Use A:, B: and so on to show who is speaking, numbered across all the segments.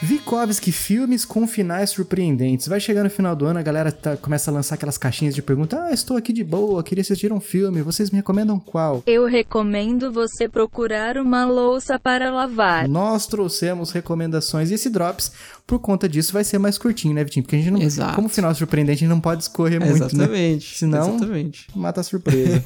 A: Tarkovsky Filmes com finais surpreendentes. Vai chegar no final do ano, a galera tá- começa a lançar aquelas caixinhas de pergunta. Ah, estou aqui de boa, queria assistir um filme, vocês me recomendam qual?
B: Eu recomendo você procurar uma louça para lavar.
C: Ah.
A: Nós trouxemos recomendações e esse Drops, por conta disso, vai ser mais curtinho, né, Vitinho? Porque a gente não.
C: Exato.
A: Como final surpreendente, a gente não pode
C: É
A: escorrer muito, né?
C: exatamente.
A: Senão-
C: Exatamente.
A: Mata a surpresa.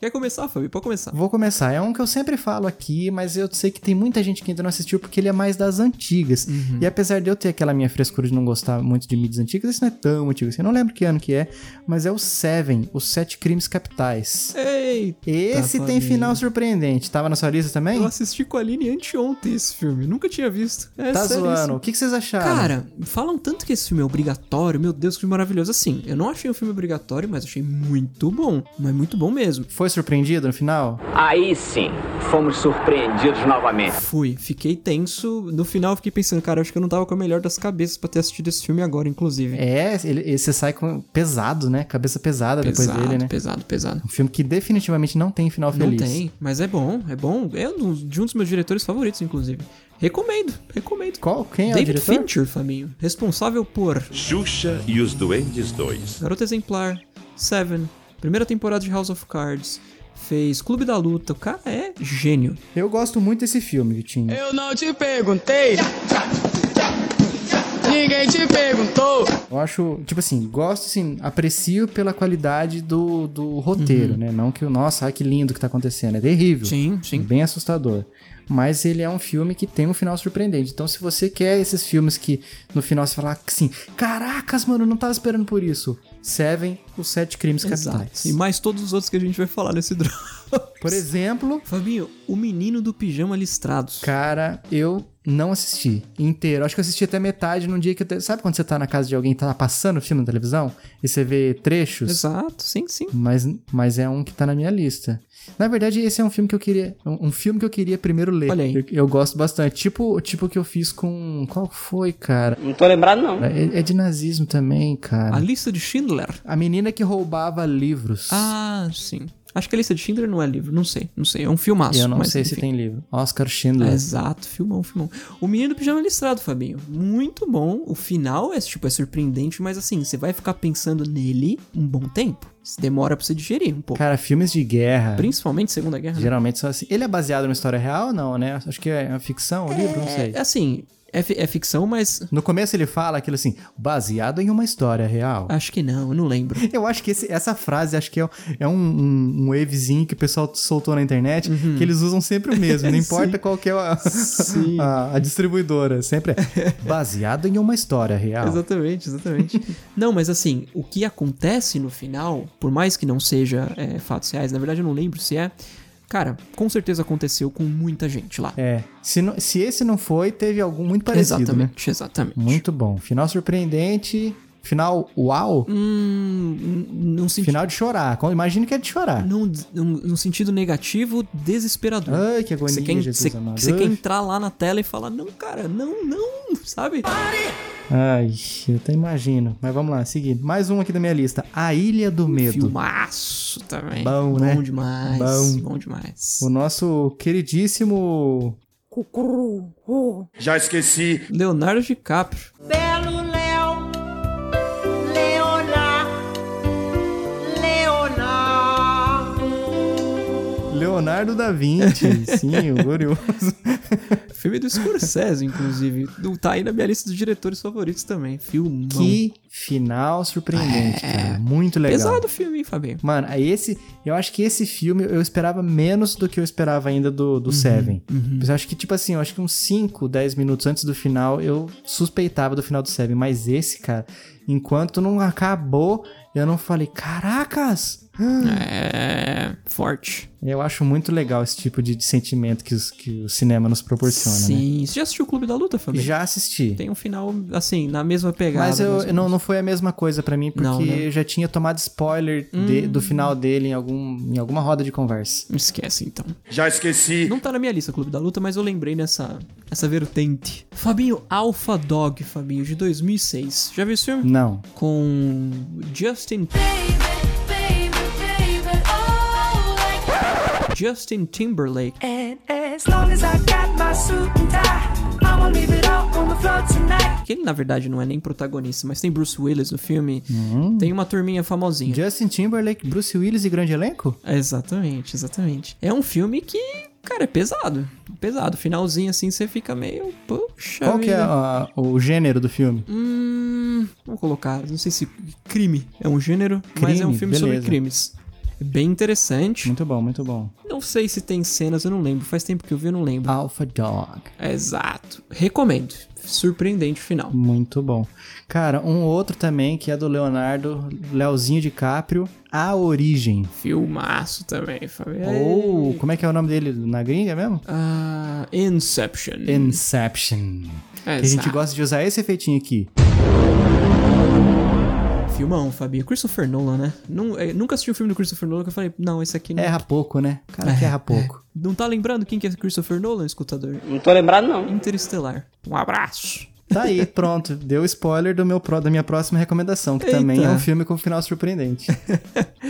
C: Quer começar, Fabi? Pode começar.
A: Vou começar. É um que eu sempre falo aqui, mas eu sei que tem muita gente que ainda não assistiu porque ele é mais das antigas.
C: Uhum.
A: E apesar de eu ter aquela minha frescura de não gostar muito de mídias antigas, esse não é tão antigo assim. Eu não lembro que ano que é, mas é o Seven, os Sete Crimes Capitais.
C: Ei!
A: Esse tem
C: família.
A: final surpreendente. Tava na sua lista também?
C: Eu assisti com a Aline anteontem esse filme. Nunca tinha visto. É
A: tá
C: sério isso.
A: zoando. O que, que vocês acharam?
C: Cara, falam tanto que esse filme é obrigatório. Meu Deus, que filme maravilhoso. Assim, eu não achei um filme obrigatório, mas achei muito bom. Mas muito bom mesmo.
A: Foi surpreendido no final?
D: Aí sim, fomos surpreendidos novamente.
C: Fui, fiquei tenso. No final, eu fiquei pensando, cara, eu acho que eu não tava com a melhor das cabeças pra ter assistido esse filme agora, inclusive.
A: É, ele, ele- você sai com pesado, né? Cabeça pesada
C: pesado,
A: depois dele, né?
C: pesado, pesado.
A: Um filme que definitivamente não tem final
C: Não
A: feliz.
C: tem, mas é bom, é bom. É um- de um dos meus diretores favoritos, inclusive. Recomendo, recomendo.
A: Qual? Quem é
C: David
A: o diretor?
C: Fincher, faminho. Responsável por
E: Xuxa e os Duendes 2.
C: Garota Exemplar, Seven, primeira temporada de House of Cards, fez Clube da Luta. O cara é gênio.
A: Eu gosto muito desse filme, Vitinho.
F: Eu não te perguntei. Ninguém te perguntou.
A: Eu acho, tipo assim, gosto, assim, aprecio pela qualidade do, do roteiro, né? Não que, o nossa, ai, que lindo que tá acontecendo, é terrível.
C: Uhum. Sim, sim.
A: Bem assustador. Mas ele é um filme que tem um final surpreendente. Então, se você quer esses filmes que no final você falar assim, caracas, mano, eu não tava esperando por isso. Seven, os Sete Crimes Capitais.
C: Exato. E mais todos os outros que a gente vai falar nesse drama.
A: Por exemplo,
C: Fabinho, o menino do pijama listrado.
A: cara, eu não assisti inteiro. Acho que eu assisti até metade num dia que. eu te- Sabe quando você tá na casa de alguém, tá passando o filme na televisão e você vê trechos?
C: Exato, sim, sim.
A: Mas, mas é um que tá na minha lista. Na verdade, esse é um filme que eu queria. Um, um filme que eu queria primeiro ler.
C: Olha aí.
A: Eu, eu gosto bastante. Tipo o tipo que eu fiz com. Qual foi, cara?
D: Não tô lembrado, não.
A: É, é de nazismo também,
C: A
A: cara.
C: lista de Schindler.
A: A menina que roubava livros.
C: Ah, sim. Acho que a lista de Schindler não é livro, não sei, não sei. É um filmaço.
A: eu não
C: mas,
A: sei se
C: enfim.
A: tem livro. Oscar Schindler.
C: Exato, filmão, filmão. O Menino do Pijama Listrado, Fabinho. Muito bom. O final é, tipo, é surpreendente, mas assim, você vai ficar pensando nele um bom tempo. Isso demora pra você digerir um pouco.
A: Cara, filmes de guerra.
C: Principalmente Segunda Guerra. né?
A: Geralmente são assim. Ele é baseado numa história real ou não, né? Acho que é uma ficção, o livro, não sei.
C: É, assim, é, fi- é ficção, mas
A: No começo ele fala aquilo assim, baseado em uma história real.
C: acho que não, eu não lembro.
A: Eu acho que esse- essa frase, acho que é, um- é um, um, um wavezinho que o pessoal soltou na internet, que eles usam sempre o mesmo, não importa qual que é a,
C: Uhum. Sim.
A: a- a distribuidora, sempre é baseado em uma história real.
C: Exatamente, exatamente. não, mas assim, o que acontece no final, por mais que não seja é, fatos reais, na verdade eu não lembro se é. Cara, com certeza aconteceu com muita gente lá.
A: É, se, não- se esse não foi, teve algum muito parecido, né?
C: exatamente, exatamente.
A: Muito bom. Final surpreendente, final uau,
C: Hum, n- num sentido,
A: final de chorar. Com- Imagino que é de chorar.
C: num, num- num sentido negativo, desesperador.
A: Ai, que agonia,
C: Você quer,
A: Ah, Jesus
C: você-
A: amado.
C: você quer
A: Uf.
C: entrar lá na tela e falar, não, cara, não, não, sabe?
A: Ai, eu até imagino. Mas vamos lá, seguindo. Mais um aqui da minha lista. A Ilha do Medo.
C: Um Filmaço também.
A: Bom, né?
C: Bom demais.
A: Bom.
C: Bom, demais.
A: O nosso queridíssimo
E: Já esqueci
C: Leonardo DiCaprio.
G: Belo Léo, Leonar, Leonar.
A: Leonardo da Vinci. Sim, o glorioso.
C: Filme do Scorsese, inclusive. Do- Tá aí na minha lista dos diretores favoritos também. Filmão.
A: Que final surpreendente, cara. Muito legal.
C: É. pesado o filme, hein, Fabinho?
A: Mano, aí esse. Eu acho que esse filme eu esperava menos do que eu esperava ainda do,
C: Uhum,
A: do Seven. Mas eu acho que, tipo assim, eu acho que uns 5, 10 minutos antes do final eu suspeitava do final do Seven. Mas esse, cara, enquanto não acabou, eu não falei, caracas!
C: É. Forte.
A: Eu acho muito legal esse tipo de, de sentimento que, os- que o cinema nos proporciona, né?
C: Sim. Você já assistiu o Clube da Luta, Fabinho?
A: Já assisti.
C: Tem um final, assim, na mesma pegada.
A: Mas eu,
C: mais ou
A: não,
C: menos.
A: não foi a mesma coisa pra mim, porque
C: Não, né? Hum.
A: eu já tinha tomado spoiler de- do final dele em, algum, em alguma roda de conversa.
C: Esquece, então. Já esqueci. Não tá na minha lista Clube da Luta, mas eu lembrei nessa, nessa vertente. Fabinho, Alpha Dog, Fabinho, de 2006. Já viu esse filme?
A: Não.
C: Com Justin... Justin Timberlake.
G: And as
H: as long as I got my suit and tie. I won't leave it all on the floor tonight.
C: Que ele, na verdade, não é nem protagonista, mas tem Bruce Willis no filme.
A: Uhum.
C: Tem uma turminha famosinha.
A: Justin Timberlake, Bruce Willis e grande elenco?
C: Exatamente, exatamente. É um filme que, cara, é pesado. Pesado. Finalzinho assim, você fica meio. Poxa.
A: Qual que é
C: vida.
A: a- o gênero do filme?
C: Hum, vamos colocar, não sei se crime é um gênero, mas é um
A: Crime,
C: filme sobre
A: beleza. Hum.
C: crimes. É Bem interessante.
A: Muito bom, muito bom.
C: Não sei se tem cenas, eu não lembro. Faz tempo que eu vi, eu não lembro.
A: Alpha Dog.
C: Exato. Recomendo. Surpreendente o final.
A: Muito bom. Cara, um outro também que é do Leonardo, Leozinho DiCaprio, A Origem.
C: Filmaço também, Fabiano.
A: Ou, como é que é o nome dele na gringa mesmo?
C: Ah, Inception.
A: Inception.
C: Exato.
A: Que a gente gosta de usar esse efeitinho aqui.
C: Filmão, Fabi. Christopher Nolan, né? Nun- eh, nunca assisti um filme do Christopher Nolan que eu falei, não, esse aqui não.
A: Erra pouco, né? Cara
C: É,
A: que erra pouco.
C: Não tá lembrando quem que é Christopher Nolan, escutador?
D: Não tô lembrado, não.
C: Interestelar. Um abraço.
A: Tá aí, pronto. Deu spoiler do meu, pró- da minha próxima recomendação, que também é
C: Eita.
A: um filme com um final surpreendente.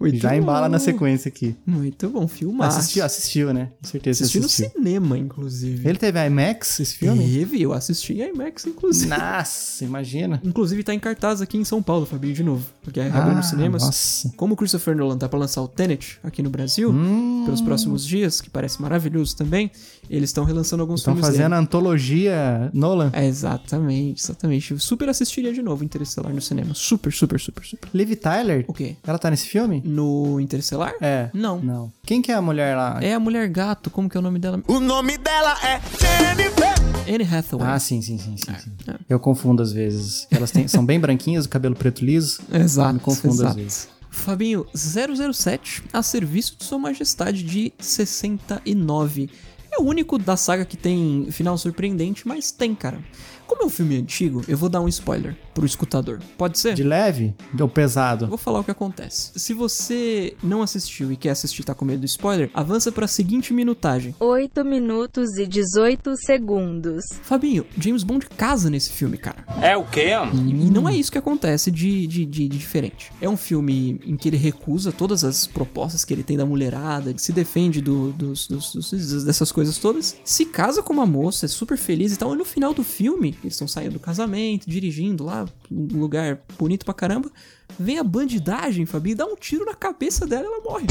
C: Muito
A: Já embala
C: bom.
A: na sequência aqui.
C: Muito bom, filmaço.
A: Assistiu, assistiu, né? Com certeza você
C: Assisti no
A: assistiu. né?
C: cinema, inclusive.
A: Ele teve IMAX, esse filme?
C: Teve, eu assisti em IMAX, inclusive.
A: Nossa, imagina.
C: Inclusive tá em cartaz aqui em São Paulo, Fabinho, de novo. Porque é reabriu
A: Ah,
C: nos cinemas.
A: nossa.
C: Como o Christopher Nolan tá pra lançar o Tenet aqui no Brasil,
A: Hum.
C: pelos próximos dias, que parece maravilhoso também, eles estão relançando alguns
A: Estão
C: filmes
A: fazendo
C: dele.
A: a antologia Nolan.
C: É, exatamente, exatamente. Eu super assistiria de novo Interestelar no cinema. Super, super, super, super.
A: Liv Tyler?
C: É. O quê?
A: Ela tá nesse filme?
C: No Interestelar?
A: É.
C: Não.
A: Não. Quem que é a mulher lá?
C: É a Mulher Gato, como que é o nome dela?
E: O nome dela é Jennifer.
C: Anne Hathaway.
A: Ah, sim, sim, sim, sim. sim.
C: É,
A: Eu confundo às vezes. Elas têm- são bem branquinhas, o cabelo preto liso.
C: Exato.
A: Me confundo
C: exato.
A: às vezes.
C: Fabinho, 007 a serviço de Sua Majestade de 69. É o único da saga que tem final surpreendente, mas tem, cara. Como é um filme antigo, eu vou dar um spoiler pro escutador. Pode ser?
A: De leve? Ou pesado?
C: Eu Vou falar o que acontece. Se você não assistiu e quer assistir e tá com medo do spoiler, avança pra seguinte minutagem.
B: 8 minutos e 18 segundos.
C: Fabinho, James Bond casa nesse filme, cara.
D: É o quê?
C: E não é isso que acontece de, de, de- de diferente. É um filme em que ele recusa todas as propostas que ele tem da mulherada, se defende do- dos, dos- dos- dessas coisas todas, se casa com uma moça, é super feliz e tal. E no final do filme, eles estão saindo do casamento, dirigindo lá, um lugar bonito pra caramba. Vem a bandidagem, Fabi, e dá um tiro na cabeça dela e ela morre.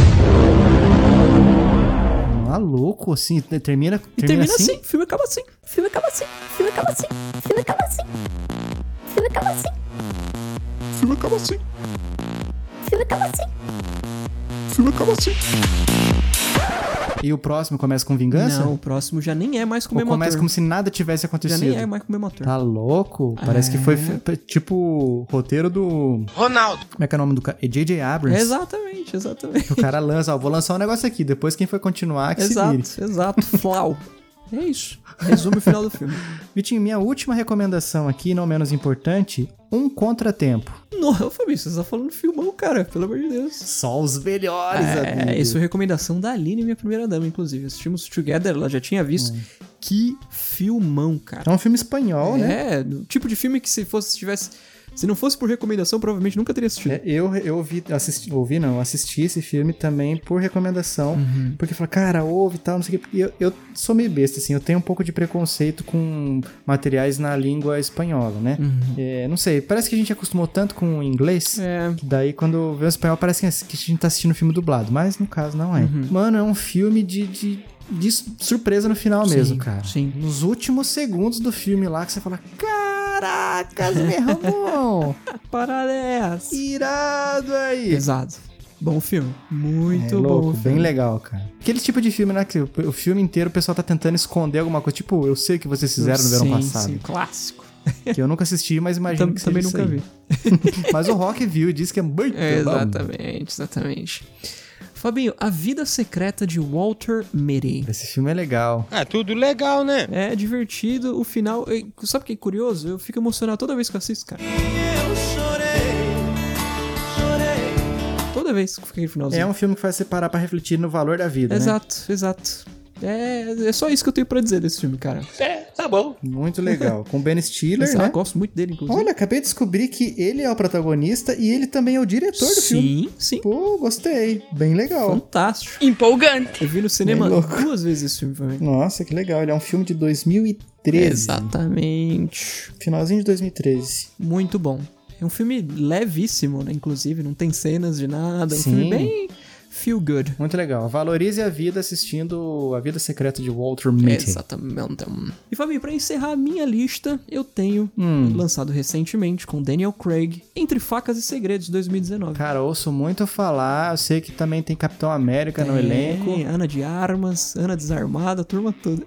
A: Maluco, assim. te- Termina, termina,
C: E termina
A: assim?
C: assim, o filme acaba assim. O filme acaba assim. O filme acaba assim. O filme acaba assim. O filme acaba assim. O filme acaba assim. O filme acaba assim. O filme acaba assim.
A: E o próximo começa com vingança?
C: Não, o próximo já nem é mais com o
A: Ou
C: mesmo
A: começa
C: ator.
A: como se nada tivesse
C: Já
A: acontecido?
C: nem é mais com o mesmo ator.
A: Tá louco? Parece que
C: É.
A: foi fi- p- tipo roteiro do.
E: Ronaldo.
A: Como é que é o nome do cara? É J.J. Abrams.
C: Exatamente, exatamente.
A: O cara lança, ó, vou lançar um negócio aqui, depois quem for continuar que se vire.
C: Exato, exato. Flau. É isso. Resume o final do filme.
A: Vitinho, minha última recomendação aqui, não menos importante, um contratempo.
C: Nossa, Fabinho, você tá falando filmão, cara. Pelo amor de Deus.
A: Só os melhores,
C: É, isso é recomendação da Aline, minha primeira dama, inclusive. Assistimos Together, ela já tinha visto.
A: Hum.
C: Que filmão, cara.
A: É um filme espanhol, né?
C: É, do tipo de filme que se fosse, se tivesse. Se não fosse por recomendação, provavelmente nunca teria assistido.
A: É, Eu, eu ouvi, assisti, ouvi não, assisti esse filme também por recomendação, porque falou, cara, ouve e tal, não sei o que. Eu, eu sou meio besta, assim, eu tenho um pouco de preconceito com materiais na língua espanhola, né? É, não sei, parece que a gente acostumou tanto com o inglês.
C: Uhum. É.
A: que Daí, quando vê o espanhol, parece que a gente tá assistindo um filme dublado, mas no caso não é.
C: Uhum.
A: Mano, é um filme de, de, de su- surpresa no final
C: Sim,
A: mesmo, cara.
C: sim.
A: Nos últimos segundos do filme lá, que você fala: Caracas, meu irmão!
C: Parada é essa.
A: Irado aí!
C: Pesado. Bom filme. Muito
A: é louco,
C: bom.
A: bem
C: filme.
A: legal, cara. Aquele tipo de filme, né? Que o, o filme inteiro o pessoal tá tentando esconder alguma coisa. Tipo, eu sei o que vocês fizeram no verão
C: Sim,
A: passado.
C: Sim, clássico.
A: Que eu nunca assisti, mas imagino
C: Tam-
A: que seja
C: também
A: isso aí.
C: nunca vi.
A: Mas o Rock viu e disse que é muito
C: É,
A: bom.
C: exatamente, exatamente. Fabinho, A Vida Secreta de Walter Mitty.
A: Esse filme é legal.
C: Ah,
E: É tudo legal, né?
C: É divertido, o final. eh, Sabe o que é curioso? Eu fico emocionado toda vez que eu assisto, cara. Toda vez que fica aquele finalzinho.
A: É um filme que faz você parar pra refletir no valor da vida, né?
C: Exato, exato. É, é só isso que eu tenho pra dizer desse filme, cara. É, tá
I: Tá bom.
A: Muito legal. Com Ben Stiller,
C: Esse- ah,
A: né?
C: gosto muito dele, inclusive.
A: Olha, acabei de descobrir que ele é o protagonista e ele também é o diretor do filme.
C: sim, sim.
A: Pô, gostei. Bem legal.
C: Fantástico.
F: Empolgante.
C: Eu vi no cinema
A: Bem louco.
C: duas vezes esse filme também.
A: Nossa, que legal. Ele é um filme de 2013.
C: Exatamente.
A: Finalzinho de 2013.
C: Muito bom. É um filme levíssimo, né? Inclusive, não tem cenas de nada. É um
A: Sim.
C: filme bem feel good.
A: Muito legal. Valorize a vida assistindo A Vida Secreta de Walter Mitty.
C: Exatamente. E Fabinho, pra encerrar a minha lista, eu tenho um
A: Hum.
C: lançado recentemente com Daniel Craig Entre Facas e Segredos 2019.
A: Cara, ouço muito falar. Eu sei que também tem Capitão América Tá no
C: Tem
A: elenco.
C: É, Ana de Armas, Ana Desarmada, a turma toda.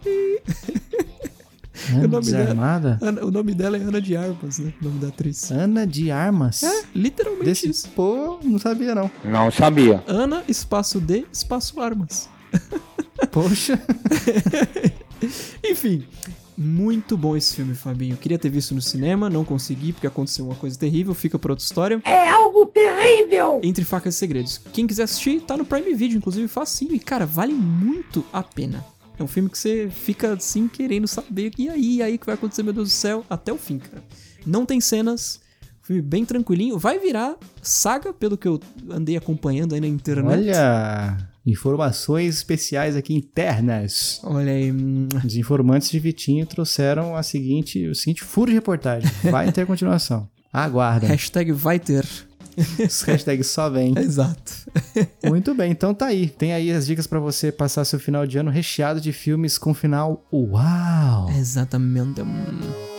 A: Ana
C: nome
A: Desarmada?
C: Ana- o nome dela é Ana de Armas, né? O nome da atriz.
A: Ana de Armas?
C: É, literalmente
A: É. Desse...
C: isso.
A: Pô, não sabia não.
E: Não sabia.
C: Ana, espaço D, espaço Armas.
A: Poxa.
C: Enfim, muito bom esse filme, Fabinho. Queria ter visto no cinema, não consegui porque aconteceu uma coisa terrível, fica pra outra história. É algo terrível! Entre Facas e Segredos. Quem quiser assistir, tá no Prime Video, inclusive facinho. E, cara, vale muito a pena. É um filme que você fica assim querendo saber e aí, e aí o que vai acontecer, meu Deus do céu, até o fim, cara. Não tem cenas, filme bem tranquilinho. Vai virar saga, pelo que eu andei acompanhando aí na internet.
A: Olha, informações especiais aqui internas.
C: Olha aí, hum,
A: Os informantes de Vitinho trouxeram a seguinte, o seguinte furo de reportagem. Vai ter continuação. Aguardem.
C: hashtag vai ter.
A: Os hashtags só vem.
C: Exato.
A: Muito bem, então tá aí. Tem aí as dicas pra você passar seu final de ano recheado de filmes com final uau.
C: Exatamente. hum.